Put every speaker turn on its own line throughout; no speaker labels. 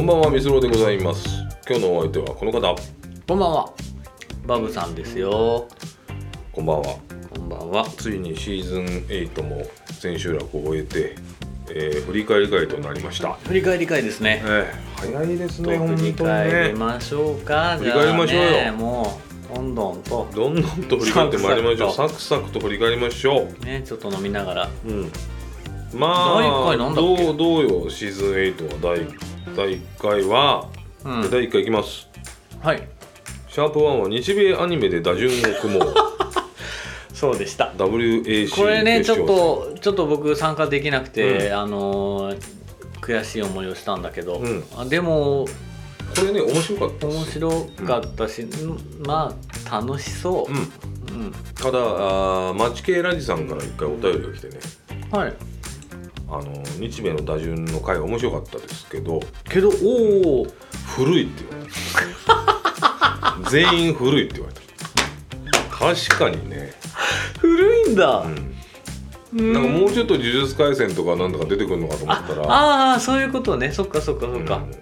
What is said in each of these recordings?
んばんは、みすろでございます。今日のお相手はこの方。
こんばんは。バブさんですよ。
こんばんは。
こんばんは。
ついにシーズン8も千秋楽を終えて、えー振り返り会となりました。
振り返り会です
え
ね。
ー早いですね、
振
本
り
当に
返り
ね。
ましょうか。
振り返りましょうよ
じゃあねもうどんどんと
どんどんと振り返ってまいりましょう。サ
サ
クサクと振り返りましょう。
ねちょっと飲みながら。
うん。まあ、
第一回なんだっけ
どうどうよ、シーズン8は第第1回は、
うん
で第1回いきます。
はい。
シャープ1は日米アニメで打順を組 もう。
そうでした。
WAC
これねち
決勝
ょっ
戦
とちょっと僕参加できなくて、
う
あのー悔しい思いをしたんだけど、
うん
あでも
これね面白かった
面
ですよ
白かったし、んまあ楽しそう
う。ん、
うん。
ただあーマチケイラジさんから一回お便りが来てね
はい。
あの日米の打順の回面白かったですけど
けどおお。
古いって言われた全員古いって言われた確かにね、
古いんだ
う。ん、
うん
なんかもうちょっと「呪術廻戦」とかなんとか出てくるのかと思ったら
ああーそういうことねそっかそっかそっ
う
か
ん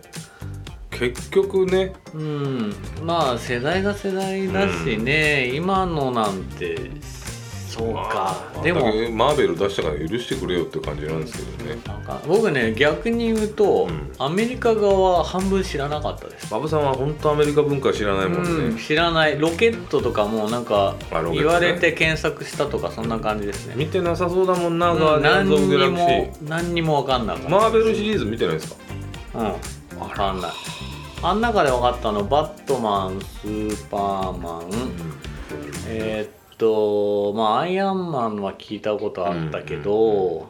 結局ね
うん、まあ世代が世代だしね、今のなんてそうか
まあ
で
あん
も
だけマーベル出したから許してくれよって感じなんですけどね
なんか僕ね逆に言う
う
と、
ん
アメリカ側半分知らなかったです
馬場さんは本当アメリカ文化知らないもんね、
うん、知らないロケットとかもなんか
あロケットね
言われて検索したとかそんな感じですね、
見てなさそうだもんな、
うん
ガーディアン
何
ズ・オブ・ギャ
に
ラ
も
クシ
何にも分かんなかった
ーマーベルシリーズ見てないですか
うん、わかんないあん中で分かったのバットマンスーパーマン、えーっとまあアイアンマンは聞いたことあったけど、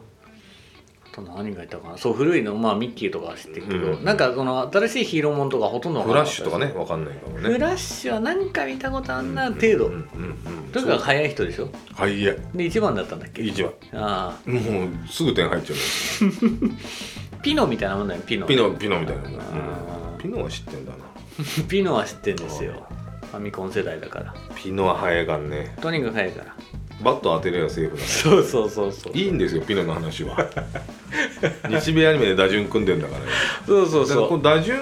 あと何がいたかなそう古いのまあミッキーとかは知ってるけど、
うん
なんかその新しいヒーローもんとかほとんどわ
フ
か
ラ
ん
ッ
なかった
シュとかね、わかんないかも
フ
ね
ラッシュは何か見たことあんな程度、
うんうんうん
とにかく早い人でしょ
はい、いえ
で1番だったんだっけ
一番
あ
もうすぐ点入っちゃうね
あピノみたいなもんだよねピノ
ピノ、ピノみたいなもん
あー
ピノは知ってんだな
ピノは知ってんですよファミコン世代だから
ピノは早いからね
とにかく早いから
バット当てればセーフだ
そうそうそうそう
いいんですよ、ピノの話 は日米アニメで打順組んでんだからね
そうそう
だから
そ
この打順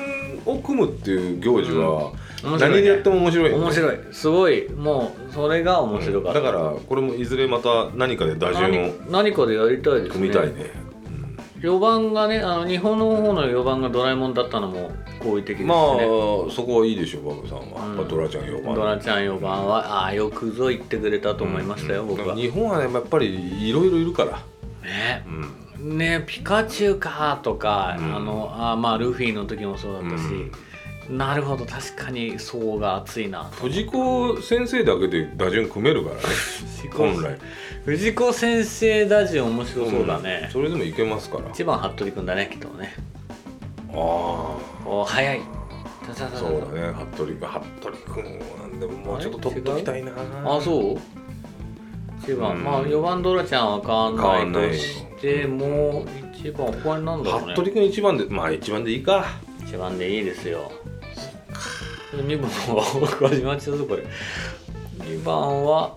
を組むっていう行事は
うん面白いね
何でやっても面白いうよね
面白いすごいもうそれが面白かった、
だからこれもいずれまた何かで打順を
何何かでやりたいですね
組みたいね
4番がねあの日本の方の4番がドラえもんだったのも好意的ですね、
まあそこはいいでしょバブさんは、
うん
まあドラちゃん4番
ドラちゃん4番は、ああよくぞ言ってくれたと思いましたよ、
うん
僕は
日本はねやっぱりいろいろいるから、
ねねピカチュウかとか、
うん
あのあまあルフィの時もそうだったし、なるほど確かに層が厚いな
藤子先生だけで打順組めるからね本来
藤子先生ダジオ面白そうだね、
んそれでもいけますから
一番服部君だねきっとね
あ
お早い
あそうだね服部君服部君なんでももうちょっと取っときたいな
あそう一番、
うん
まあ4番ドラちゃんわか
わかん
ん
な
ないい
よ
としても一番他になんだろうね
服部君1番でまあ1番でいいか
一番でいいですよ2番は始まっちゃうぞこれ2 番は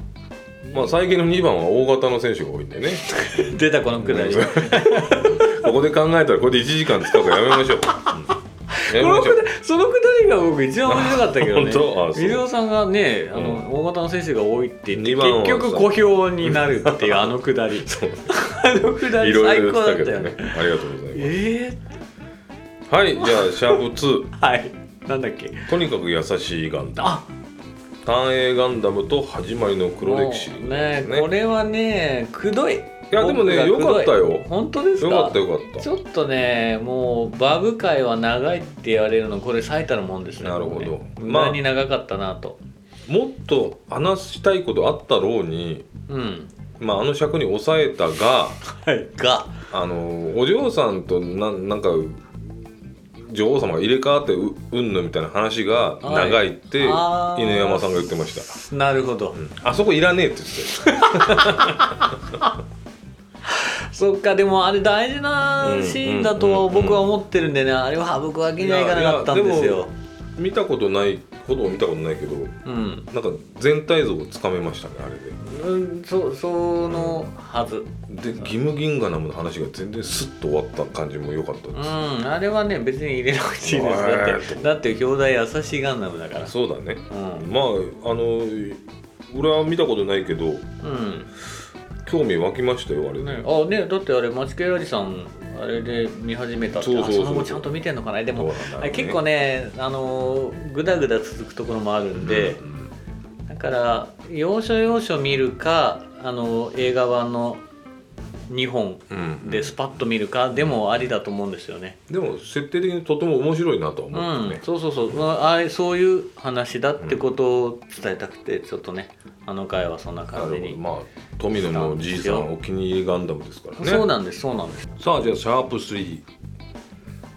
まあ最近の2番は大型の選手が多いんでね
出たこのくらい
うん ここで考えたらこれで1時間使うからやめましょう。 うんやめましょう。
そのくだりが僕一番面白かったけどね
本当あそう
水尾さんがねあの、
うん
大型の選手が多いって言
二
っ
番は
て結局小評になるっていうあのくだり
そう
あのくだ
い
り
ろい
最
ろ言
高だ
っ
ったた
けど
よ
ね
ね。
ありがとうございま
えー、
す。はい、じゃあシャープ2
はい。なんだっけ。
とにかく優しいガンダム。
あ、
単影ガンダムと始まりの黒歴史
も
で
う
す
ね
ね。
これはね、くどい。い
いやでもね良かったよ。
本当ですか。
よかったよかった
ちょっとね、もうバブ界は長いって言われるの、これ最たるもんですね。
なるほど
無
まあ
駄に長かったなと。
もっと話したいことあったろうに、
うん。
まああの尺に抑えたが、
はい。が。
あのお嬢さんとなんなんか。女王様が入れ替わってううんぬみたいな話が長いって犬
はいあー
山さんが言ってました
なるほど。
あそこいらねえって言ってたよ
そっか、でもあれ大事なシーンだと僕は思ってるんでね、あれを省くわけにはいかなかったんです
いやいや
よ
で。見たことないほど見たことないけど
うん、
なんか全体像をつかめましたねあれ
うん、そそのはず
でで義務銀河ナムの話が全然スッと終わった感じも良かった
う
で
ん
す、
あれはね別に入れなくていいです
うわ
だ
ー
ってだって兄弟優しいガンダムだから
そうだね
うん
まああの俺は見たことないけど
うん
興味湧きましたよあれ
ね、あねだってあれマチケラジさんあれで見始めたって
そうそうそう
あの後ちゃんと見てんのかなで
どう
も
なんだろう
あ
ね
れ結構ねあのーグダグダ続くところもあるんで、
うん
だから要所要所見るかあの映画版の2本
うん
でスパッと見るかでもありだと思うんですよね。
でも設定的にとても面白いなとは
う
思うん
ん、
ですね、
そうそうそうああれそういう話だってことを伝えたくてちょっとねあの回はそんな
な
感じ
るほ
に
ど、まあ富野のじいさんお気に入りガンダムですからね
そうなんですそうなんです
さあじゃあシャープ3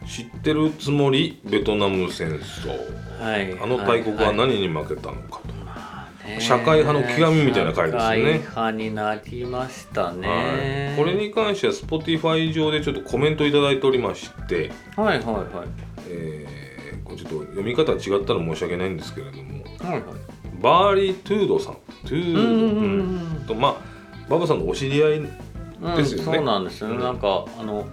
知ってるつもりベトナム戦争
はい
あの大国
い
はい何に負けたのかと、
ね
社会派の極みみたいな回ですよね
社会派になりましたね
はい、これに関しては Spotify 上でちょっとコメントいただいておりまして、
はいはいはい
えーこれちょっと読み方違ったら申し訳ないんですけれども
はいはい
バーリー・トゥードさんトゥード
うんうんうん
うんとまあ馬場さんのお知り合い
うん
ですよね
そうなんですよね、
うん
なんかあの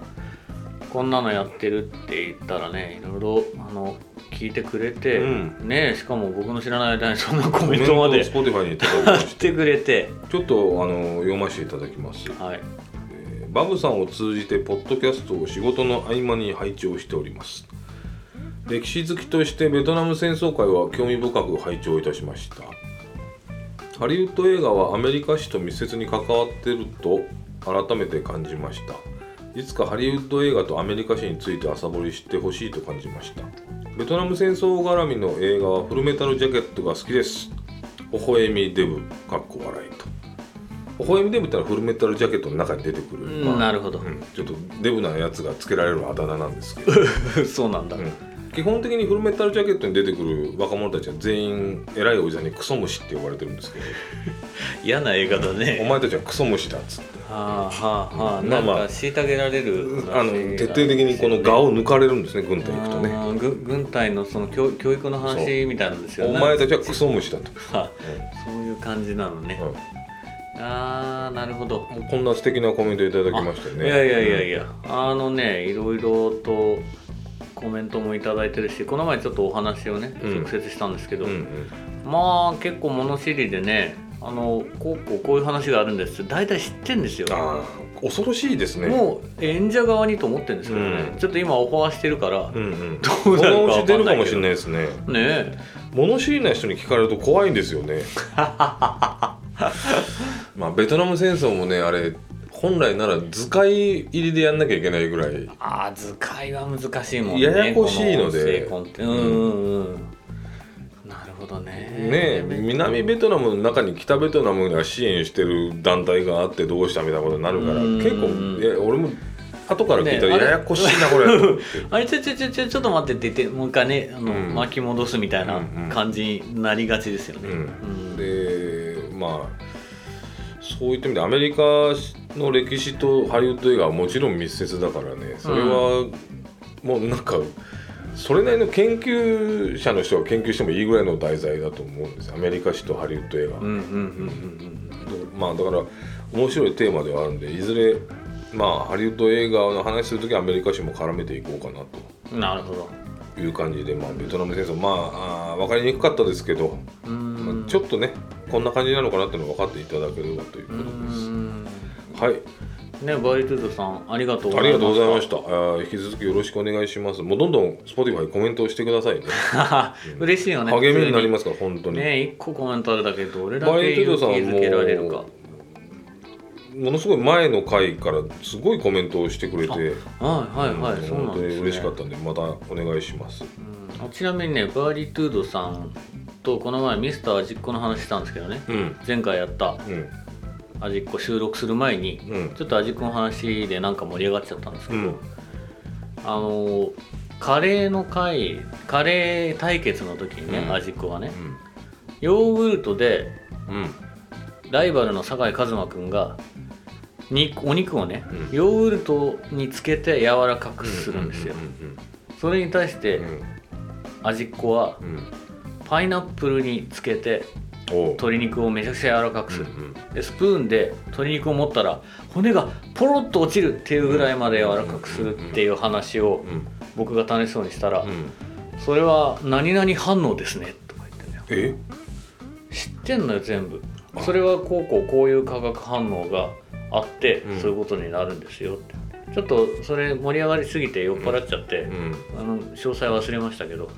こんなのやってるって言ったらねいろいろあの聞いてくれて、
うん
ねしかも僕の知らない間にそんなコ
コメ
メン
ン
ト
ト
ま
を
で
Spotify にいただきまし
来
て
てくれて
ちょっとあの読ませていただきます
はい
えーバブさんを通じてポッドキャストを仕事の合間に拝聴しております歴史好きとしてベトナム戦争会は興味深く拝聴いたしましたハリウッド映画はアメリカ史と密接に関わってると改めて感じましたいつかハリウッド映画とアメリカ史について朝掘りしてほしいと感じましたベトナム戦争絡みの映画はフルメタルジャケットが好きです微笑みデブかっこ笑いと微笑みデブってのはフルメタルジャケットの中に出てくる、
うん
まあ
なるほど
うんちょっとデブなやつがつけられるあだ名なんですけど、
そうなんだ、
うん基本的にフルメタルジャケットに出てくる若者たちは全員偉いおじさんにクソ虫って呼ばれてるんですけど
嫌な映画だ
お
ね
前たちはクソ虫だっつって
はあはあはあ、
まあまあ
なんか虐げられる
あの徹底的にこの
顔
顔を抜かれるんですね軍隊行くとね
ね軍軍隊のその教教育の話みたいなんですよ
お
ね
前たちはクソ虫だと、
はあ そういう感じなのね、
う
あーなるほど
んこんな素敵なコメントいただきましたね
いやいやいやいや、あのねいろいろとコメントもいただいてるしこの前ちょっとお話をね
うん
直接したんですけど、
うんうん
まあ結構物知りでねあのこうこうこういう話があるんですって大体知ってんですよ、
あー恐ろしいですね
もう演者側にと思ってるんですけどね、
うん
ちょっと今オファーしてるから、
うんうん
どう
こ
なる
の
か
うち出
わかん
る
な
か
い
も
け
し
ど
れ
ね
ないですね
え
物知りな人に聞かれると怖いんですよね まあベトナム戦争もねあれ本来なら図解入りでやんなきゃいけないぐらい
あー図解は難しいもんね
ややこしいので
こ音声コンテうんうんうんなるほどね
ねえ南ベトナムの中に北ベトナムが支援してる団体があってどうしたみたいなことになるから
うん
結構いや俺も後から聞いたら
ねあれ
ややこしいな これ
あれちょちょちょちょちょっと待ってって言ってもう一回ねあの、
うん
巻き戻すみたいな
うんうん
感じになりがちですよね。
う
うん
でまあそういった意味でアメリカの歴史とハリウッド映画はもちろん密接だからねそれはもうなんかそれなりの研究者の人が研究してもいいぐらいの題材だと思うんですアメリカ史とハリウッド映画、
うんうんうんうん
まあだから面白いテーマではあるんでいずれまあハリウッド映画の話する時はアメリカ史も絡めていこうかな
うんなるほど。
という感じで、まあ、ベトナム戦争まああ分かりにくかったですけど、
うーん
まあちょっとねこんな感じなのかなっていうのを分かっていただければというこ
うーん
とはい
ねバリトゥードさんありがとうご
あ
ざ
り
い
がとうござい
ま
ま
し
したあー引き続きよろしくお願いしますもうどんどん Spotify コメントをしてくださいね
た。 嬉しいよね。
励みになり
ま
ますから本当に、
ね一個コメントあるだけどどれだ
バ
け
リトゥー
勇
ド
気
さんは
づけられるか
も。うものすごい前の回からすごいコメントをしてくれて
はいはいはい、
うん
そうなん
本当
です、ね
に。嬉しかったんでまたお願いします
うんちなみにねバリトゥードさんとこの前ミスター味っ子の話したんですけどね。
うん
前回やった
うん
味っ子収録する前に。
うん
ちょっと味この話でなんか盛り上がっちゃったんですけ
う
ど、
ん
あのカレーの会カレー対決の時にね、
うん
味っ子がねヨーグルトで
うん
ライバルの酒井一馬君が肉お肉をね、
うん
ヨーグルトにつけて柔らかくするんですよ、
うん
それに対して、
うん
味っ子は
うん
パイナップルにつけて
おう
鶏肉をめちゃくちゃ柔らかくする、
うん
でスプーンで鶏肉を持ったら骨がポロッと落ちるっていうぐらいまで柔らかくするっていう話を
うんうん
僕が楽しそうにしたら、
うん
それは何々反応ですねとか言って
え
ね知ってんのよ全部
あ
それはこうこうこういう化学反応があって、
うん
そういうことになるんですよってちょっとそれ盛り上がりすぎて酔っ払っちゃって、
うん
あの詳細忘れましたけど
う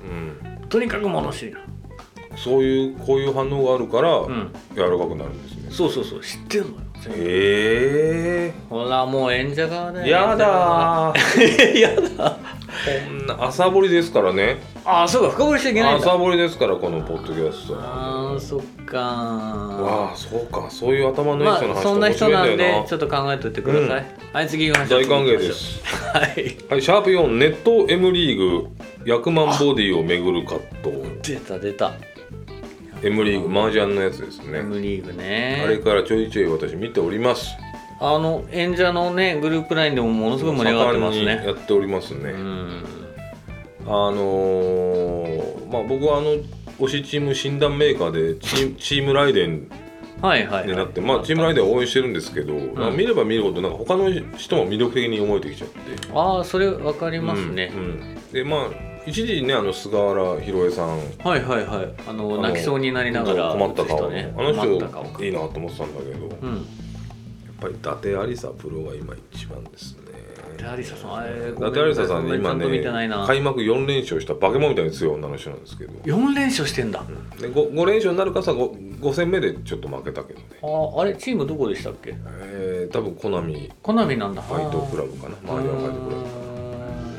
ん
とにかく物知りな
そういうこういう反応があるから
うん
柔らかくなるんですね
そうそうそう知ってんのよ全部
え
ほらもう演者側だ
え
よ
やだー
ー やだ
こんな朝掘りですからね
ああそうか深掘りしちゃいけないんだ
朝掘りですからこのポッドキャスト
あーそっか
わあそうかそういう頭のいい
ま
人の
あ
話
そんな人なん
面白いんだよ
でちょっと考えといてください、はい次行きましょう
大歓迎です
はい
はいシャープ4ネット M リーグ役満ボディをめぐる葛藤
出た出た
M リーグ麻雀のやつですね
M リーグね
あれからちょいちょい私見ております
あの演者のねグループラインでもものすごい盛り上がってます
盛んに
ね
やっておりますね、
うん
あのーまあ僕はあの推しチーム診断メーカーでチームチームライデン
はいはい、はい、
になって、まあ、チームライデンを応援してるんですけど、なんか見れば見るほどなんか他の人も魅力的に思えてきちゃって
ああそれわかりますね、
うんうんでまあ一時ねあの菅原弘江さん
はいはいはいあの
の
泣きそうになりながら
困った
打つ人
顔、
ね
あの
困った顔
人いいなと思ってたんだけど、やっ
うん
ぱり伊達有沙プロが今一番ですね
でアリサさんあれ
伊達有沙さんね今
ちゃんと見てないな
ね開幕4連勝した化け物みたいに強い女の人なんですけど
4連勝してんだ、
で 5, 連勝になるかさ 5, 5戦目でちょっと負けたけどね
ああれチームどこでしたっけ
えー、多分コナミ
コナミなんだ
ファイトクラブかなマージャンファイトクラ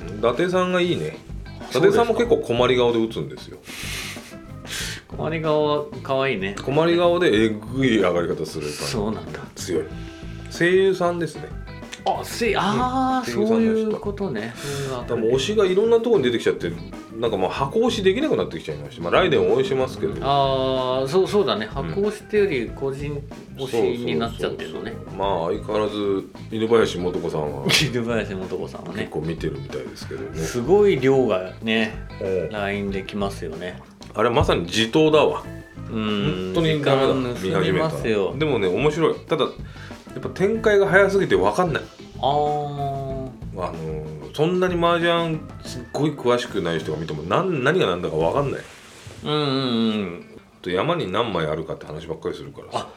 ブ
ブ
伊達さんがいいね伊
そうで
達
すか
さんも結構困り顔で打つんですよ
困り顔は可愛いね
困り顔でえぐい上がり方するから
そうなんだ
強い声優さんですね
あせあー、
うん
そういうことね
多
うん
分推しがいろんなところに出てきちゃってなんかまあ箱推しできなくなってきちゃいましたまあライデンを応援しますけど
ああそうそうだね箱押しっていうより個人推しになっちゃってるのね
そうそうそうまあ相変わらず犬林素子さんは
犬林素子さんは
結
ね
構見てるみたいですけど ね
すごい量がね
うん
LINE できますよね
あれまさに自投だわ
うん
本当にダメだ見
時間盗
始
み
めた
ますよ
でもね面白いただやっぱ展開が早すぎて分かんない
あ
あ
ー
のーそんなに麻雀すっごい詳しくない人が見ても何何が何だか分かんない
うんうんうん
あと山に何枚あるかって話ばっかりするからさ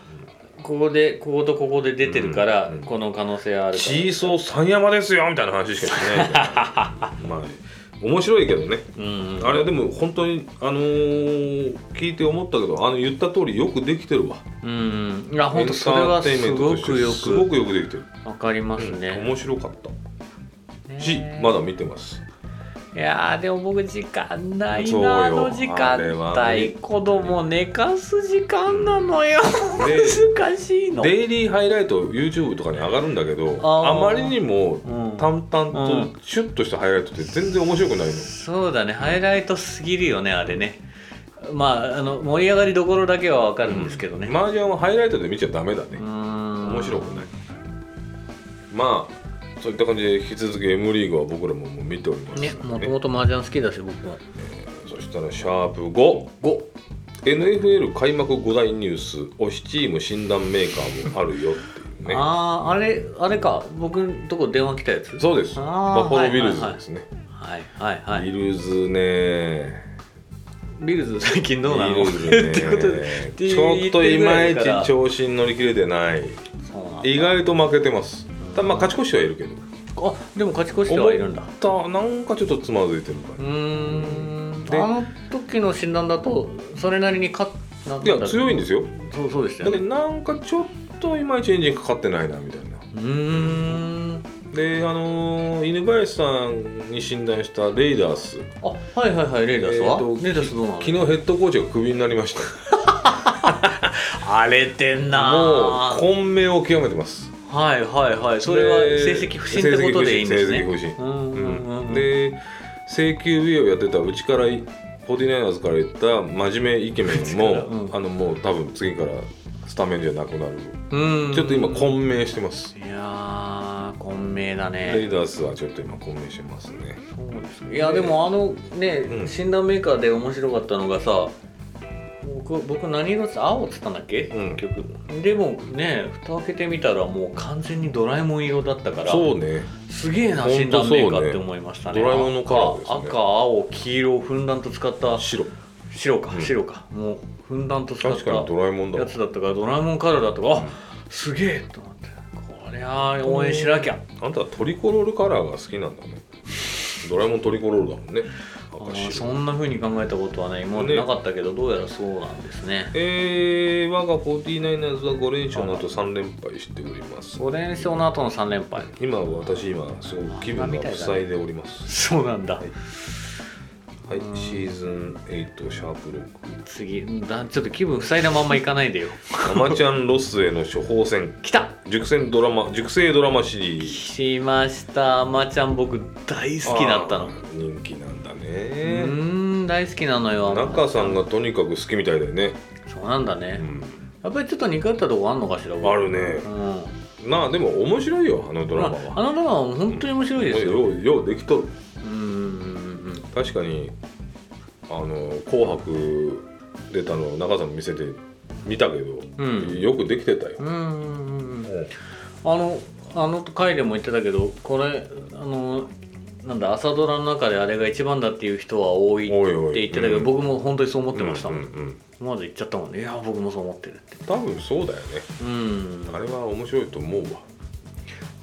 ここでこことここで出てるから、
うんうん
この可能性あるから
シーソー三山ですよみたいな話しかしないから、 まあ、面白いけどね
うんうん
あれでも本当にあのー聞いて思ったけどあの言った通りよくできてるわ
うんうんいや本当それは
エンターテイ
す
ンメント
ご
として
くよ
すご
く
くよくできてる、
わかりますね
面白かったし
ね
まだ見てます
いやーでも僕時間ない
そうよ
なあの時間
あれは
帯
ね
子供寝かす時間なのよ
で
難しいの
デイリーハイライト YouTube とかに上がるんだけど
あ
あ
ー
まりにも
うん
淡
う
々
ん
とシュッとしたハイライトって全然面白くないの、
そうだねハイライトすぎるよねあれねまああの盛り上がりどころだけはわかるんですけどね、
マージャンはハイライトで見ちゃダメだね、
うーん
面白くないまあそういった感じで引き続き M リーグは僕らももう見ております
ね
の
も
で
ともと麻雀好きだし僕は
そしたらシャープ5
5
NFL 開幕5大ニュース推しチーム診断メーカーもあるよっていうね
あああれあれか僕んとこ電話来たやつ
そうです
あー
バッファロービルズ
はいはいはい
ですね、
はいはいはい
ビルズね
ビルズ最近どうなの
ビル
ってことで
ズねちょっといまいち調子に乗り切れてない意
意外
外と負けてますただまあ勝ち越してはいるけど
あでも勝ち越してはいるんだ
思ったなんかちょっとつまずいてるか
うーん
で
あの時の診断だとそれなりに勝っなん
ら
だ
いや強いんですよ
そうそうでした
だ
よ
け
ね
どなんかちょっといまいちエンジンかかってないなみたいな
うーん
であのー犬林さんに診断したレイダース
あはいはいはいレイダースは、
えーと
レイダースどうなの
昨日ヘッドコーチがクビになりました
荒れてん な
もう
ー
混迷を極めてます
はいはいはいそれは成績不振ってことでいいんですね
成績不振成績不振
うんうんうんうん
で請求日をやってたうちからポディナイナーズから言った真面目イケメンも、
うちから
あのもう多分次からスタメンじゃなくなる、
うん
ちょっと今混迷してます
いやー混迷だ
レイ
ね
ダースはちょっと今混迷してますね
そうですねいやでもあのね、
うん
診断メーカーで面白かったのがさ僕僕何色っつ青っつったんだっけ、
うん
結局でもね蓋開けてみたらもう完全にドラえもん色だったから
そうね
すげえな
ほん
診
と
断
そうね
メーカーって思いましたね
ドラえもんのカラーですね
赤赤青黄色をふんだんと使った
白
白か、
うん
白かもうふんだんと使っ
確かに
た
ドラえもんだ
や
わ
つだったからドラえもんカラーだったから、あすげえと思ってこりゃあ応援しなきゃ
あんたはトリコロールカラーが好きなんだねドラえもんトリコロールだもんね
あ
赤
ー
白
そんな風に考えたことはね今までなかったけどどうやらそうなんですね
えー、我が 49ers は5連勝の後3連敗しております
5連勝の後の3連敗
今私今すごく気分が塞いでおります
そうなんだ、
はいシーズン8シャープ6
次だちょっと気分塞いだまんまいかないでよ
アマちゃんロスへの処方箋
来た
熟成ドラマ熟成ドラマシリーズ
来ましたあまちゃん僕大好きだったの
あ
う
ー人気なんだ
ー
ね
ん大好きなのよ
中さんがとにかく好きみたいだよね、
そうなんだ
う
ね、
ん、
やっぱりちょっと似通ったとこあんのかしら
あるね
うん
まあでも面白いよあのドラマ
あ
は、
のドラマは本当に面白いですよ。
ようようできとる
うんうん
確かにあの「紅白」出たのを中さんに見せて見たけど、
うん
よくできてたよ、
うんうんうんう
う
ん
ん
あのあの回でも言ってたけどこれあのなんだ朝ドラの中であれが一番だっていう人は多い
おいおい
って言ってたけど
うん
僕も本当にそう思ってました
う
も
んうん
ん
うん
まず言っちゃったもんねいや僕もそう思ってるって
多分そうだよね
うん
あれは面白いと思うわ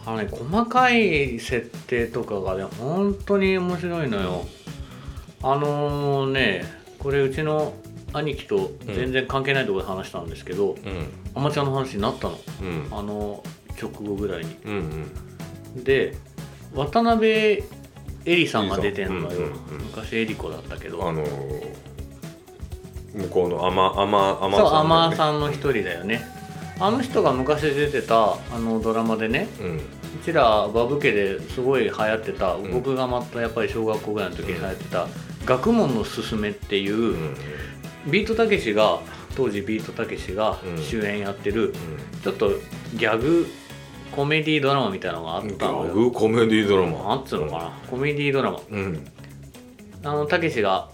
あのね細かい設定とかがね本当に面白いのよあのねこれうちの兄貴と全然関係ないところで話したんですけど、
うん
アマチュアの話になったの
うん
あの直後ぐらいに
うんうん
で渡辺恵里さんが出てんの
うんう
よ
んうん
昔恵里子だったけ
あ
ど
のー向こうの甘甘甘
そうアマー
ん
さんの一人だよねあの人が昔出てたあのドラマでね
だよね
うちらバブ家ですごい流行ってた、
ん
僕がまたやっぱり小学校ぐらいの時に
うん
流行ってた「学問のすすめ」っていう、
うんうん
ビートたけしが当時ビートたけしが
うん
主演やってる、ちょっとギャグコメディドラマみたいなのがあっ
うんギ
たの
ャ
よ
グコメディドラマ
なんつうのかなコメディドラマ
うん
あのたけしが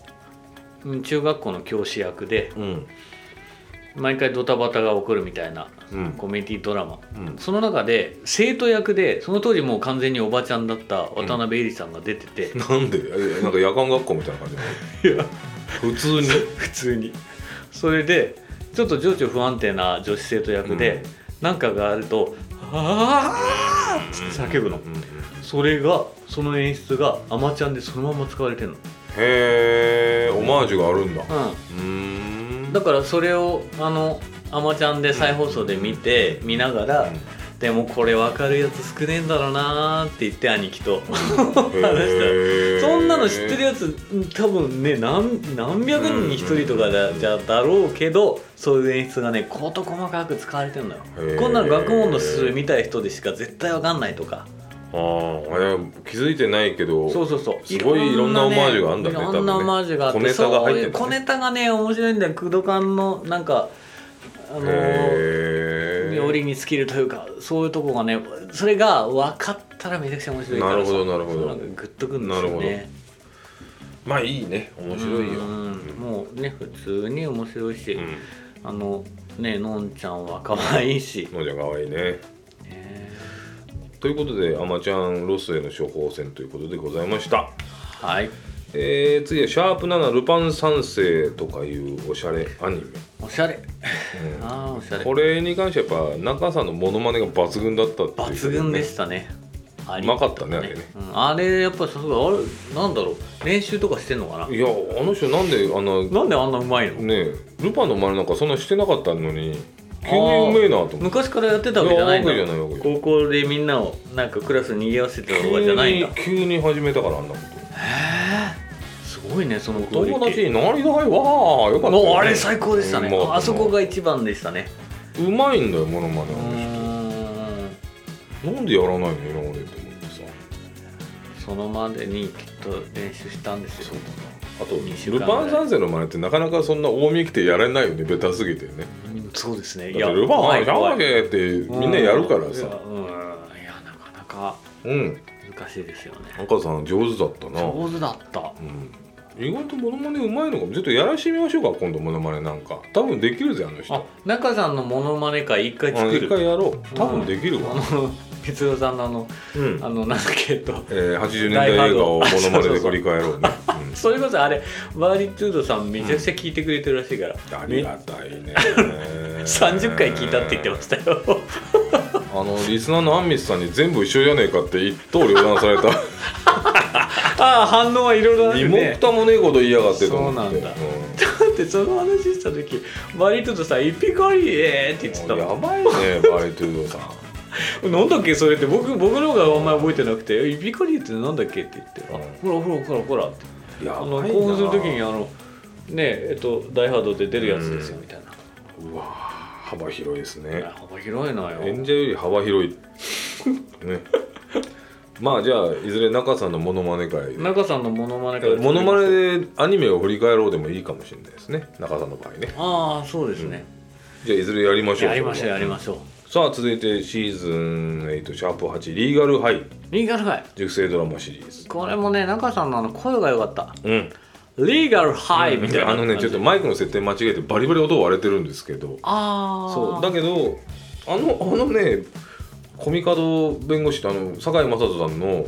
うん中学校の教師役で
うん
毎回ドタバタが起こるみたいな
うん
コメディドラマ
うん
その中で生徒役でその当時もう完全におばちゃんだった渡辺恵里さんが出てて、
なん でえなんか夜間学校みたいな感じ
いや
普通に
普通にそれでちょっと情緒不安定な女子生徒役で何、なん、かがあると「ああ!」って叫ぶの、
うんうん
それがその演出が「アマちゃん」でそのまま使われてるの、
へえオマージュがあるんだ
うん、
うーん
だからそれをあの「あまちゃん」で再放送で見て、見ながら、でもこれ分かるやつ少ねえんだろうなーって言って兄貴と
へー
そんなの知ってるやつうん多分ね何何百人に1人とかだ,、
うん
じゃだろうけどそういう演出がね事細かく使われてるのよ
へー
こんなの学問のすすめ見たい人でしか絶対分かんないとか
あーいや気づいてないけど
そうそうそう
すごいいろんなオマージュがあんだね
いろ
多
ん
分ね
なオマージュがあって
小ネタが入ってんだね
そう小ネタがね面白いんだよ工藤館のなんかあのー
へー
料理に尽きるというかそういうとこがねそれが分かったらめちゃくちゃ面白いから
な
さ
るほどなるほど
そうなんかグッとくるんですよ
なる
ね
まあいいね面白いよ
う
うん
んもうね普通に面白いし、
うん
あのねのんちゃんは可愛いし、
のんちゃんかわいいね
ね
ということで「あまちゃんロスへの処方箋」ということでございました
はい
えー、次は「シャープ #7 ルパン三世」とかいうおしゃれアニメ、
おしゃれ
うん
あーおしゃれ
これに関してやっぱ中さんのモノマネが抜群だったっていうね、
抜群でしたねあ
う
り
まかったねあれね
うんあれやっぱさすがあれなんだろう練習とかしてんのかない
やあの人なんであんな
なんであんなうまいの
ねえルパンの真似なんかそんなしてなかったのに急にうめえなと思って
昔からやってたわけじゃないんだ
いやわけじゃないわけじゃ
高校でみんなをなんかクラスに賑わせてたとかじゃないんだ
急に急に始めたからあんなこ
すごいねそのク
と
オリティ
友達になりたいわーよかったよね、
もうあれ最高でしたね、
うん
あそこが一番でしたね
うまいんだよモノマネ
うーん
なんでやらないの今までって思ってさ
そのまでにきっと練習したんですよ
あと
二週
ル
間ぐらい
パン三世の真似ってなかなかそんな大見来てやれないよねベタすぎてね
うんそうですね
だってルパン
怖
三世
い
シャ
怖
ワ
い
ゲーってみんなやるから
いや
さ
うんいやなかなか
うん
難しいですよね
赤さん上手だったな
上手だった
うん、意外とモノマネうまいのかもちょっとやらしてみましょうか今度モノマネなんか多分できるぜあの人
あ中さんのモノマネ会一回
あの
作
一
る
回やろう多分できる
あ
わ、
の哲郎さんのあの
うん
あのなんだっけえっと
えー、80年代映画をモノマネで振り返ろうね
それこそあれバーリトゥードさんめちゃくちゃ聞いてくれてるらしいから、
うんありがたいね
30回聞いたって言ってましたよ
あのリスナーのアンミスさんに全部一緒じゃねえかって一刀両断さ れた
ああ反応はいろいろあ
身
る
も
ね
蓋もねえこと言いやがってと思って
そうなんだだってその話した時バーリトゥードさん「一匹ありえ」って言ってた
うんや
もん
ばいねバイトゥードさん
なんだっけそれって僕僕の方があんまり覚えてなくて「一匹ありえってなんだっけ?」って言って「あほらほらほらほら」って
や
あ
ばいな
の興奮する時にあのねえっと「ダイハード」で出るやつですよみたいな、
うわ幅広いです
い
ね
や幅広いのよ
演者より幅広いね まあじゃあいずれ中さんのモノマネ会で
中さんのモノマネから
モノマネでアニメを振り返ろうでもいいかもしれないですね中さんの場合ね
ああそうですね、
じゃあいずれやりましょう
やりましょうやりま
し
しょう
ょうさあ続いてシーズン8シャープ8リーガルハイ
リーガルハイ
熟成ドラマシリーズ
これもね中さんのあの声が良かった
うん
リーガルハイみたいな
あのねちょっとマイクの設定間違えてバリバリ音割れてるんですけど
ああ
そうだけどあのあのねコミカド弁護士ってあの堺雅人さんの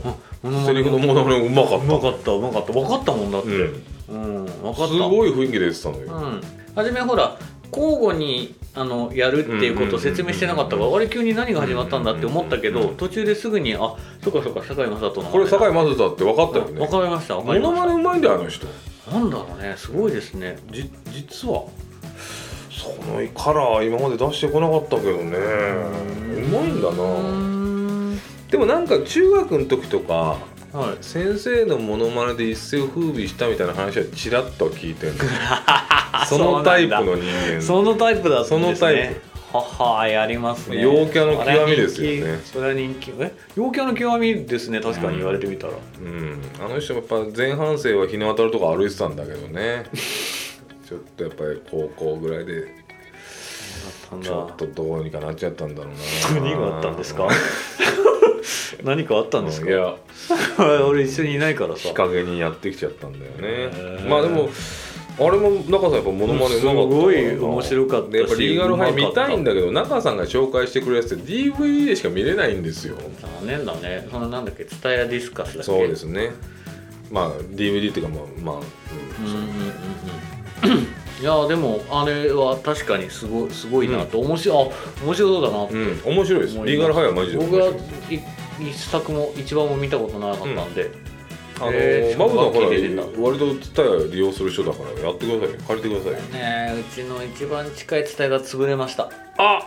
セリフのモノマネうまかっ
う
た
まかったうまかった分かったもんだって
うん
うん、分かった
すごい雰囲気で出てたの
う
よ、
ん初めほら交互にあのやるっていうことを説明してなかったからあれ急に何が始まったんだって思ったけ
うんうん
ど
うん
途中ですぐにあそっかそっか堺雅人の
これ堺雅人だって分かったよ
わ
ね
かりましたわ
モ
かり
ノ
まし
マネうまいんだよあの人
たなんだろうねすごいですね
じ実はそのカラー今まで出してこなかったけどねうまいんだ
う
な
ーん
でもなんか中学の時とか
はい
先生のモノマネで一世を風靡したみたいな話はちらっとは聞いてる そのタイプの人間
そのタイプだったんですね
そのタイ
ははやりますね
陽キャの極みですよね
それは人気それは人気え陽キャの極みですね確かに言われてみたら、
うん、あの人もやっぱ前半生は日の当たるとこ歩いてたんだけどね ちょっとやっぱり高校ぐらいで
なん
ち
だ
ょっとどうにかなっちゃったんだろうな
何があったんですか 何かあったんです
い
か
や
俺一緒にいないからさ
日陰にやってきちゃったんだよね
ー
まあでもあれも中さんやっぱモノマネうまかったな
すごい面白かったし
でやっぱリーガルハイ
うま
見
かった
たいんだけど中さんが紹介してくれるやつって DVD でしか見れないんですよ
残念だねそのなんだっけツタヤディスカスだっけ
そうですねまあ DVD っていうかまあまあ、うん
うんうんうんうん いやでもあれは確かにすごいすごいなと、面白いあ面白そうだなって
うん面白いですリーガルハイはマジで面
僕
白い
は一一作も一番も見たことなかったんで、
あの
えー
マブさんほら
しかも
割とツタヤ利用する人だからやってくださいよ借りてくださいよ
ねえうちの一番近い伝えが潰れました
あ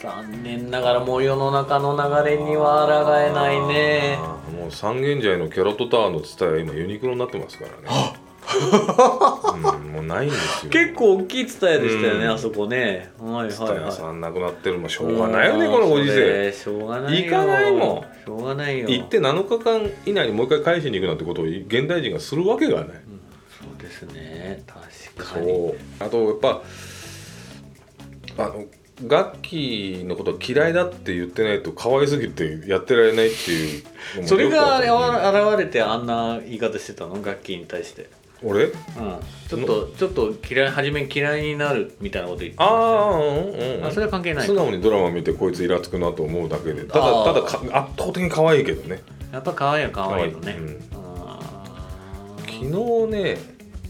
残念ながらもう世の中の流れには抗えないね
もう三軒茶屋のキャロットタワーのツタヤ今ユニクロになってますからねうんもうないんですよ
結構大きい伝えでしたよね、
うん
あそこねはい
ツタ
はい
ヤ
はい
さんなくなってるまあしょうがないよねこのご時世
世しょうがないよ
行かないもん
しょうがないよ
行って7日間以内にもう一回返しに行くなんてことを現代人がするわけがない
うんそうですね確
そ
かに
うあとやっぱあの楽器のこと嫌いだって言ってないと可愛すぎてやってられないっていうのも
それが
よくわかる
現れてあんな言い方してたの楽器に対して
俺
うんちょっとちょっと嫌い初め嫌いになるみたいなこと言ってま
あ
したよ
あうんうん、う
あ
ん、
それは関係ない
素直にドラマ見てこいつイラつくなと思うだけでただ
あ
ただ
ー
か圧倒的に可愛いけどね
やっぱ可愛いは可愛いよね
うん
あー
昨日ね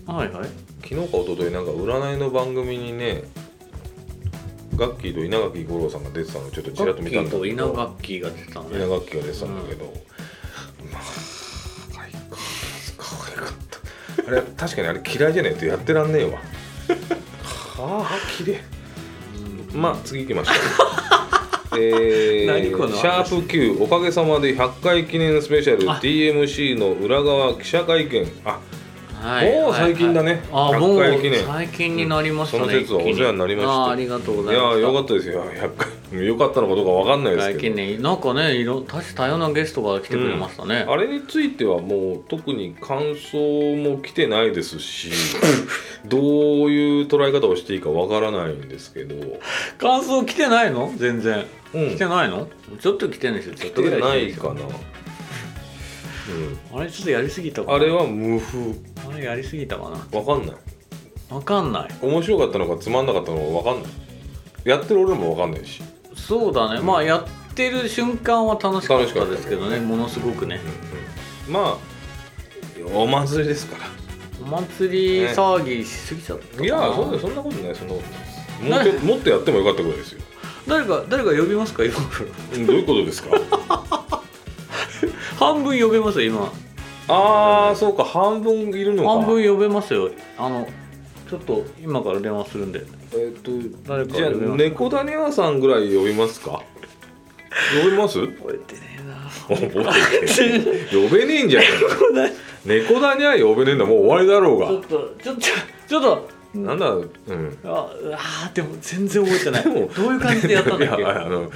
はいはい
昨日か一昨日なんか占いの番組にねガッキーと稲垣吾郎さんが出てたのをちょっとちらっと見たんだけ
ガッキー
ど
と稲垣が出てたの
稲
ね
垣が出てたんだけど、まあ可愛いか可愛かったあれ確かにあれ嫌いじゃないとやってらんねえわはあきれいまあ次行きまし ょうえ
何
ー
この話
シャープ Q おかげさまで100回記念スペシャル
あ
DMC の裏側記者会見あ
はい
もう最近だね
はいはいあも
100回記
う
念
最近になりましたね、
その節はお世話になりました
あーありがとうご
い
ざいま
や
す
よかったですよ100回 よかったのかどうかわかんないです
最
け
近
ど
ねなんかねいろ多種多様なゲストが来てくれましたね、
あれについてはもう特に感想も来てないです しどういう捉え方をしていいかわからないんですけど、う
感想来てないの全然
ん、
来てないのちょっと来てるんですよちょっ
来
とぐら
て
い
ない
来て
か
るん
な、
ですよ
う
あれちょっとやりすぎた
ん、
かな
あれは無風
あれやりすぎたかな
わかんない
わかんない
面白かったのかつまんなかったのかわかんないやってる俺もわかんないし、
そうだねまあやってる瞬間は楽しかったですけどね
楽しかったけどね
ものすごくね
うん、まあお祭りですから
お祭り
ね
騒ぎしすぎちゃったかない
やそうだよそんなことないそんなことないですもうちょもっとやってもよかったぐらいですよ
誰か誰か呼びますか今
うんどういうことです か
半分呼べますよ今
ああそうか半分いるのか
半分呼べますよあのちょっと今から電話するんで
えーっ
誰
と
か
じゃあ
呼べます
猫ダニアさんぐらい呼びますか呼びます
覚えてねえな
お覚えてねえ呼べねえんじゃん猫ダニア呼べねえんだもう終わりだろう
ちょっ
が
とちょっとちょっと
なんだうん
あうわーでも全然覚えてない
でも
どういう感じでやったん
い
だっけ
やあの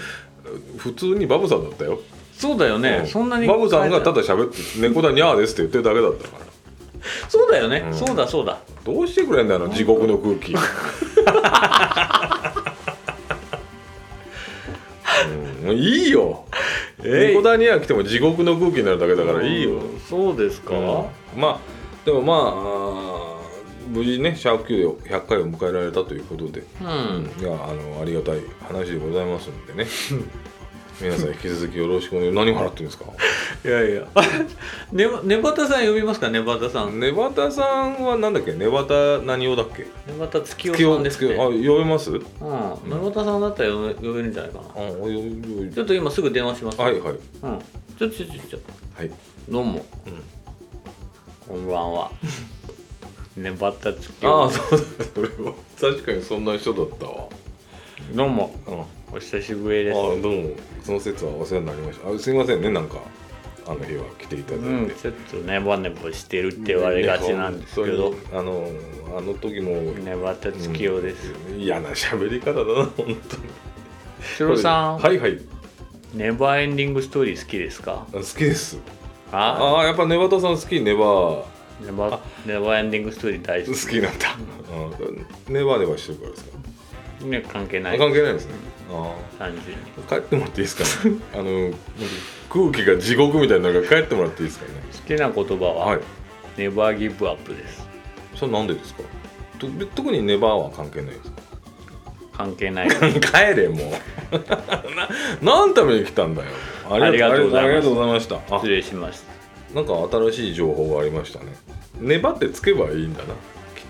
普通にバブさんだったよ、
そうだよね、
うん
そんなに
バブさんがた
変え
だ喋って「猫だにゃーです」って言ってるだけだったから
たそうだよね、
うん
そうだそうだ
どうしてくれんだよあの地獄の空 気うんもういいよ
えい
猫だにゃー来ても地獄の空気になるだけだからいいよ、
うんそうですか、
うんまあでもまああー無事ねシャーク Q で100回を迎えられたということで
うん、
いやあのありがたい話でございますんで ね皆さん引き続きよろしくお願い何笑ってるんですか
いやいや ねばねばたさん呼びますかねばたさん
ネ
ね
バタさんはなんだっけネバタ何をだっけ
ばた月夜さんです
月
ね
曜あ呼べますあ
うんねばたさんだったら呼べ呼べるんじゃないかな
呼べ
ちょっと今すぐ電話します、
はいはいはい
うんちょちょちょちょ
はい
どうも、
うん
こんばんはねばた月夜
ああそうだそれは確かにそんな人だったわ
どうも
うんあ
お久しぶりです
どうもその説はお世話になりましたあすいませんねなんかあの日は来ていただいて、
うん、ちょっとネバネバしてるって言われがちなんですけど
ね、本当にあのあの時も
ネバタツキヨです。
嫌な喋り方だな本当に
シロさん、
はいはい
ネバーエンディングストーリー好きですか
あ？好きです
あ、
ああやっぱネバタさん好きネバー
ネバネバーエンディングストーリー大好
好きなんだ、うん、ネバネバしてるからですか、
き。ね関係な
あ
い
関係ないですねあ
感じに。
あ帰ってもらっていいですかね あの空気が地獄みたいになるから帰ってもらっていいですかね
好きな言葉は、
はい
ネバーギブアップです。
それなんでですかと特にネバーは関係ないです か
関係ない。
帰れもう な何のために来たんだよありがとうあ
あ
り
り
がと
がと
う
う
ございましたあ
失礼しました。
なんか新しい情報がありましたねネバってつけばいいんだな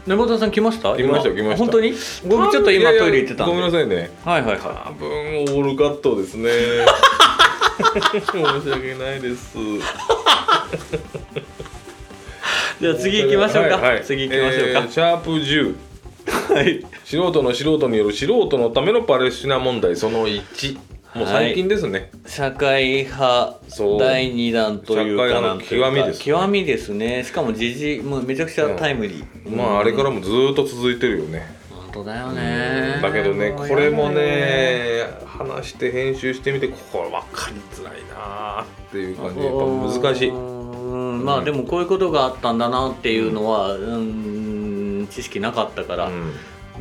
ネバタさん来ました？
来ました
今
来ました
本当に？僕ちょっと今
いやいや
トイレ行ってたんで。
ごめんなさいね
はいはいは
多分オールカットです ね申し訳ないです
い。じゃあ次行きましょうか。
はいはい
次行きましょうか
えー。シャープ10
はい。
素人の素人による素人のためのパレスチナ問題その1もう最近ですね、
社会派
そう
第2弾というか
社会派の
なんというか
極みですね
極みですねしかも時事もうめちゃくちゃタイムリー、
まああれかららもずーっと続いてるよね
本当だよね
だけどね
うや
こ
だ
れ
よ
もね話して編集してみてここ分かりづらいなーっていう感じやっぱ難しいううん
んまあでもこういうことがあったんだなっていうのは、うん、知識なかったから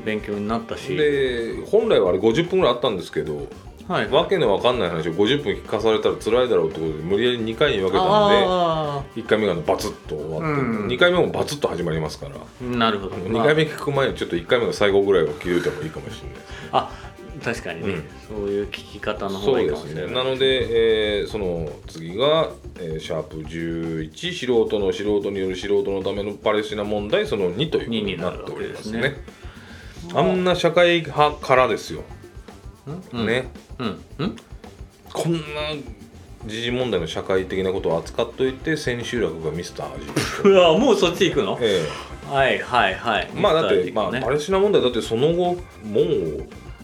勉強になったし、
で本来はあれ50分ぐらいあったんですけど
はい
わけのわかんない話を50分聞かされたら辛いだろうってことで無理やり2回に分けたんで
あ
1回目があのバツッと終わって、
うん
2回目もバツッと始まりますから
あなるほど、
2回目聞く前にちょっと1回目の最後ぐらいは聞いてもいいかもしれないですね
まああ確かにね、
うん
そういう聞き方の方
そ
が
う
いいか
で
も
す
し
ね
れな
な
い
ので、えーその次が、えーシャープ11素人の素人による素人のためのパレスチナ問題その2ということ
2
に
に
な
な
っ
る
てお
わけ
り
で
ますす
ね
ねあんな社会派からですよ、
うん
ね
うんうん
こんな時事問題の社会的なことを扱っといて千秋楽がミスター 味
うわもうそっち行くの
え
はいはいはい。
えまあだって、
ミスタ
ま
ー
あ、
ディックね
パレスチナ問題だってその後もう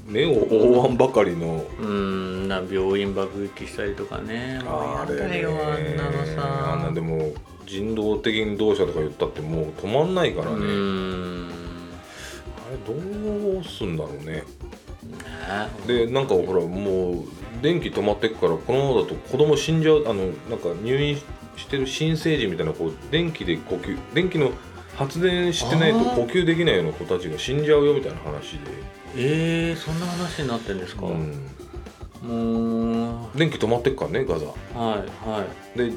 目を覆わんばかりの
うーんな病院爆撃したりとかね。
あ
もうやだよあんなのさ。
あんなでも人道的にどうしたとか言ったってもう止まんないから
う
ね、
んね
あれどうすんだろうねでなんかほらもう電気止まってくからこのままだと子供死んじゃうあのなんか入院してる新生児みたいなこう電気で呼吸電気の発電してないと
あー
呼吸できないような子たちが死んじゃうよみたいな話で、
えー、そんな話になってんですか、
うん
もう
電気止まってくからねガザ
はいはい
で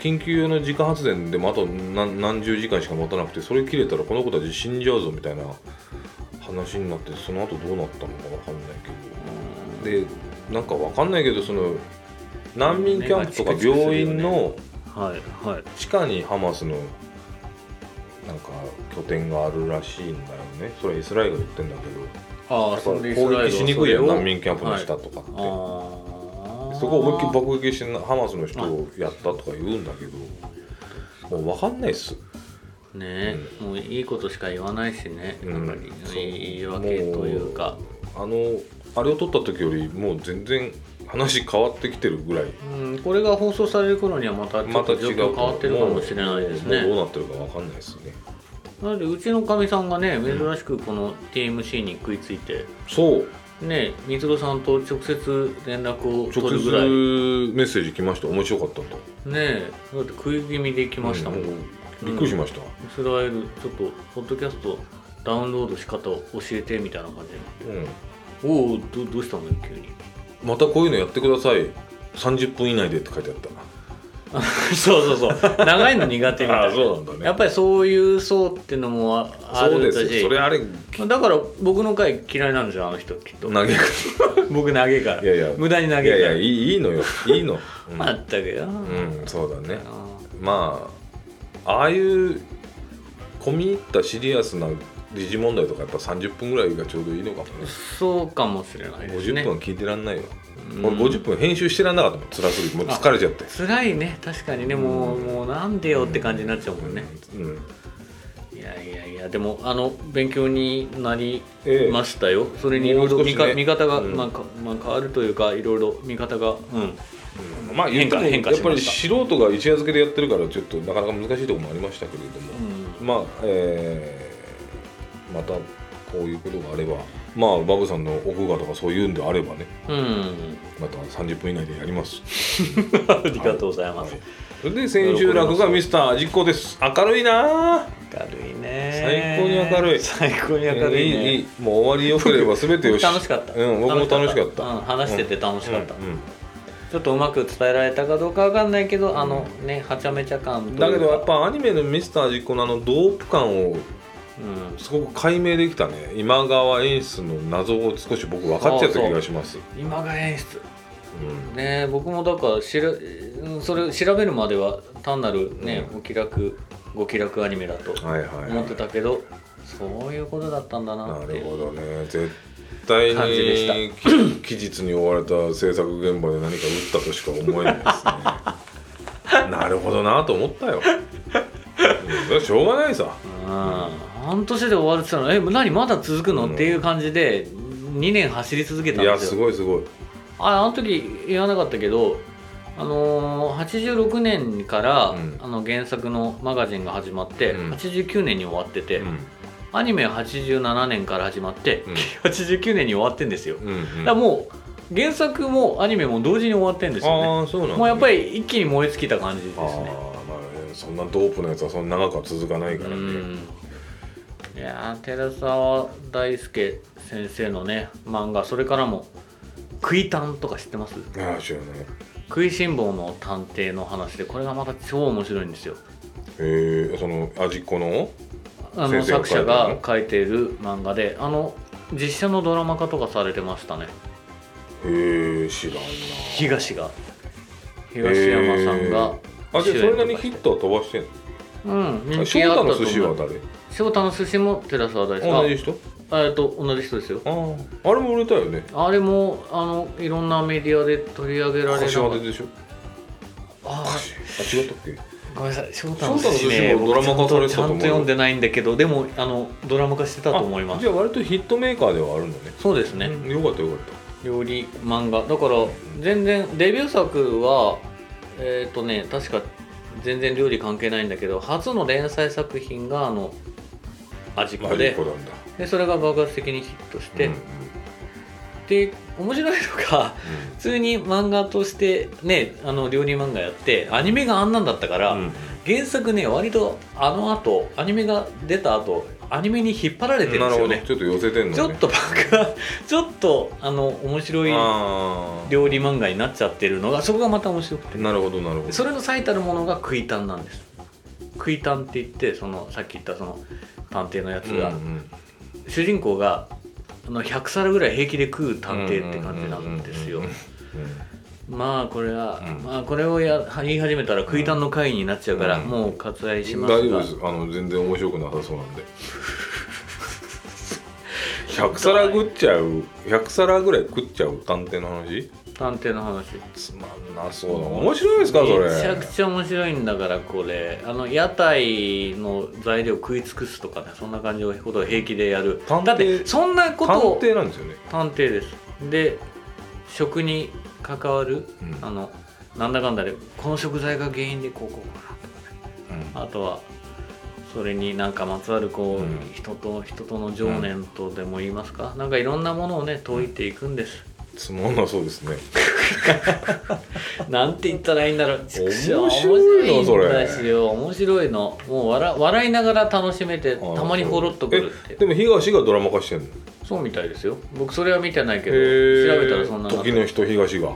緊急用の自家発電でもあと何何十時間しか持たなくてそれ切れたらこの子たち死んじゃうぞみたいな話になってその後どうなったのか分かんないけど。でなんかわかんないけどその難民キャンプとか
目がチクチクするよね
病院の
はいはい
地下にハマスのなんか拠点があるらしいんだよねそれはイスラエルが言ってんだけ
ああ
どだから攻撃しにくいやん難民キャンプの下とかって、
あー
そこを思いっきり爆撃してハマスの人をやったとか言うんだけどもうわかんないっす
ね、もういいことしか言わないしね、
うん
なんか
そう
言い訳というか
あのあれを撮った時よりもう全然話変わってきてるぐらい
うん、これが放送される頃にはまたちょ
ま
ったと
違
状
う
況変わってるかもしれないですね
もうどうなってるかわかんないですね
なのでうちのかみさんがね珍しくこの TMC に食いついて
そう
ね三つ子さんと直接連絡を
直
取る
接
ぐらいね
メッセージ来ました面白かったと
だって食い気味で来ましたもん、
う
イ
びっくりしました、
スラエルちょっとポッドキャストダウンロードし方を教えてみたいな感じで
うん
おおどどうしたのよ急に
またこういうのやってください30分以内でって書いてあった
そうそうそう長いの苦手みたいな
うなん
やっぱりそういう層っていうのもああ
そう
る
で
ん
す
だ
よ
し
それあれ
だから僕の回嫌いなんですよあの人きっと
投げ
僕長いから
いやいや
無駄に長
いやい
いか
や
ら
いいいいのよいいのうん、
まったくよ、
うんそうだね
あ
まあああいう込み入ったシリアスな時事問題とかやっぱ30分ぐらいがちょうどいいのかもね
そうかもしれないですね
50分は聞いてらんないよ、
うん
俺50分編集してらんなかったもん辛すぎてもう疲れちゃって
辛いね確かにねもうもうなんでよって感じになっちゃうもんね、
うん
いやいやいやでもあの勉強になり
ええ
ましたよ、それにいろいろ
もう少
見
しね
か見方が、
うん
まあかまあ、変わるというかいろいろ見方がうん
まあ言っても
変化変化
やっ
し
ぱ
ま
り
し
素人が一夜漬けでやってるからちょっとなかなか難しいところもありましたけれども、まあえーまたこういうことがあればまあバブさんの奥がとかそういうんであればね
うん、うん、
また30分以内でやります、
ありがとうございます、
はいそれで千秋楽がミスター実行です明るいなあ
明るいね
最高に明るい
最高に明るいね、
いいいいもう終わりよければ全てよし
僕楽しかった
うん、僕も楽しかった、
うん話してて楽しかった、
うんうん
ちょっとうまく伝えられたかどうかわかんないけど、あのねはちゃめちゃ感というか
だけどやっぱアニメのミスター実行のあのドープ感を
うん
すごく解明できたね今川演出の謎を少し僕分かっちゃった気がします
今が演出
うん
ね僕もだからしらうんそれ調べるまでは単なるね、
う
お気楽ご気楽アニメだと
はいはいはい
思ってたけど、そういうことだったんだな
な
ってい
る
う
ほどね絶対に
感じでした
き期日に追われた制作現場で何か打ったとしか思えないですね なるほどなと思ったようんしょうがないさ
うん半年で終わるって言ったのえ何まだ続くの、
うん
っていう感じで2年走り続け
い
たんですよ
やすごいすごい
ああの時言わなかったけど、あのー86年から、
うん
あの原作のマガジンが始まって、
うん
89年に終わってて、
うん
アニメは87年から始まって、
うん
89年に終わってんですよ、だ
うんうん
からもう原作もアニメも同時に終わってんですよね
ああそうなんだ
もうやっぱり一気に燃え尽きた感じです
ああま
ね
あねそんなドープのやつはそんな長くは続かないうからね
んいやー寺澤大輔先生のね漫画それからも「クイタン」とか知ってます
ああ知らないへ
食いしん坊の探偵の話でこれがまた超面白いんですよ
えその味っ子の
あの
先生が
作者が書いている漫画であの実写のドラマ化とかされてましたね
へえ知らんな
東が東山さんが、
あじゃあそ
主演
れ
とか
なりにヒットは飛ばしてんの
うん
あ
人
翔
気あった
太
と思
の
う
寿司は誰
翔太の寿司も寺澤大
同じ
輔
人
あえっと同じ人ですよ
あああれも売れたよね
あれもあのいろんなメディアで取り上げられな
柏
かっ
ででしょ
あ
あ違ったっけ
ごめんなさい翔太
の
の寿
寿司
司
ね
ね僕ちゃん
ドラマ化され
と
て
ち
た
ゃ
と思う
ん
よ
と読んでないんだけどでもあのドラマ化してたと思いま
あ
す
じゃあ割とヒットメーカーではあるのね
そうですね、
うんよかったよかった
料理漫画だから全然デビュー作はえっ、とね確か全然料理関係ないんだけど初の連載作品があの味
ま
子
あいい
で
子なんだ
でそれが爆発的にヒットして、
うんうん
で面白いのが普通に漫画としてねあの料理漫画やってアニメがあんなんだったから、
うん
原作ね割とあの後アニメが出た後アニメに引っ張られてるん
な
で
る
す
ほ
よ
ど
ね
ちょっと寄せてんのね
ちょっとバカ ちょっとあの面白い
あ
料理漫画になっちゃってるのがそこがまた面白く
あ
て
なるほどなるほど
それの最たるものがクイタンなんですクイタンって言ってそのさっき言ったその探偵のやつ
うんう
が、
ん
主人公があの100皿ぐらい平気で食う探偵って感じなんです
う
よ
んうん
まあこれは、
うん
まあこれをや 言い始めたらクイタンの会になっちゃうから、
うん
もう割愛し
うん
ま
大丈
す
夫
が
ですあの全然面白くなさそうなんで 100皿食っちゃう100皿ぐらい食っちゃう探偵の話
探偵の話
つまんなそうだ面白いですかそれ
めちゃくちゃ面白いんだからこれあの屋台の材料食い尽くすとかねそんな感じのことを平気でやる
探偵
だってそんなことを
探偵なんですよね
探偵ですで食に関わる、
うん
あのなんだかんだでこの食材が原因でこうこうこうなとかねあとはそれになんかまつわるこ
う
う、
ん
人と人との情念とでも言いますか、なんかいろんなものをね解いていくんです、
つまんなそうですね
なんて言ったらいいんだろう
面白いのそれ
面白いんですよ面白いのもう笑笑いながら楽しめて
あー
たまにほろっとくるっ
えで
て
も東がドラマ化してんの
そうみたいですよ僕それは見てないけど
へ
調
ー
べたらそんなの
時の人東が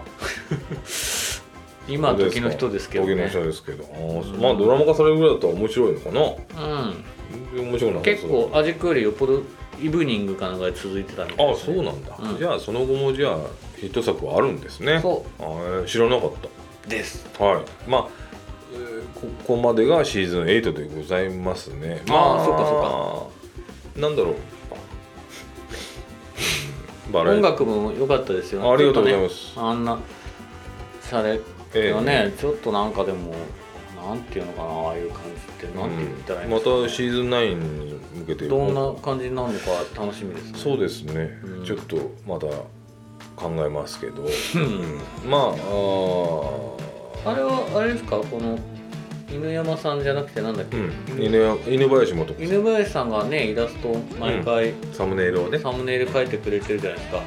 今は時の人ですけど
時の
ね
人ですけどあーまあドラマ化されるぐらいだったら面白いのかな
うん
全然面白くなさそう
結構味食よりよっぽどイブニングかなんかで続いてたみたい
ああ
です
そ
ね
うなんだ、
うん
じゃあその後もじゃあヒット作はあるんですね
そ
あー知らなかった
うです
はい、まあ、えーここまでがシーズン8でございますね。
あー
まあ、
そっか
そっか。なんだろう。うんバラエ
音
ティ
楽も良かったですよ
ありがとうございます
ちょっとねあんなシャレがね、ちょっとなんかでもなんていうのかなああいう感じってなんて言ったらいいん
ま
ですかね、
たシーズン9に向けて
どんな感じになるのか楽しみですね
そうですね、
うん
ちょっとまだ考えますけど、
うん
うんまああー
あれはあれですかこの犬山さんじゃなくてなんだっけ、
うん、犬や犬林もと
犬林さんがねイラストを毎回、
サムネイルをね、
サムネイル描いてくれてるじゃないですか
う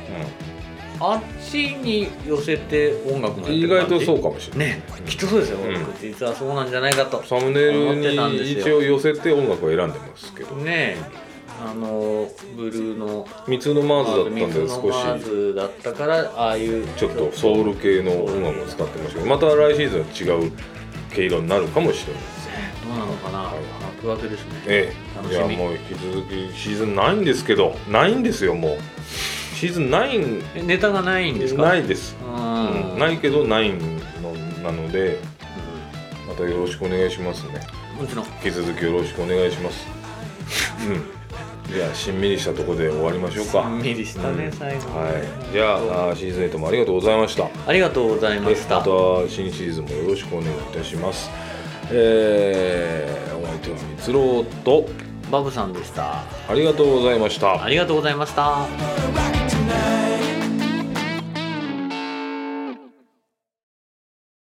あっちに寄せて音楽もやっ
ん
て
意
る感
外
じ
とそうかもしれない、
ねきっとそうですよ、
うん
僕実はそうなんじゃないかと
サムネイル
思ってたんで
に
す
一
よ
応寄せて音楽を選んでますけど
ねえあのブルーの
三つのマーズだったん
水
で
の
少
マー
し
ズだったからああいう
ちょっとソウル系の音楽を使ってましたけどまた来シーズンは違う毛色になるかもしれないですね
どうなのかな幕開けですね、
え
楽
え
し
い
み
やもう引き続きシーズンないんですけどないんですよもうシーズンないん
えネタがないんですか
ないいです、
う
うん
ん、
ないけどないのなのでまたよろしくお願いしますね
うんもちろん
引き続きよろしくお願いしますうんじゃあしんみりしたところで終わりましょうか
しんみりしたね、
うん
最後
はい、じゃああーシーズン8もありがとうございました
ありがとうございま
で
した
また新シーズンもよろしくお願いいたしますえー、お相手はみつろうと
バブさんでした
ありがとうございました
ありがとうございました
Right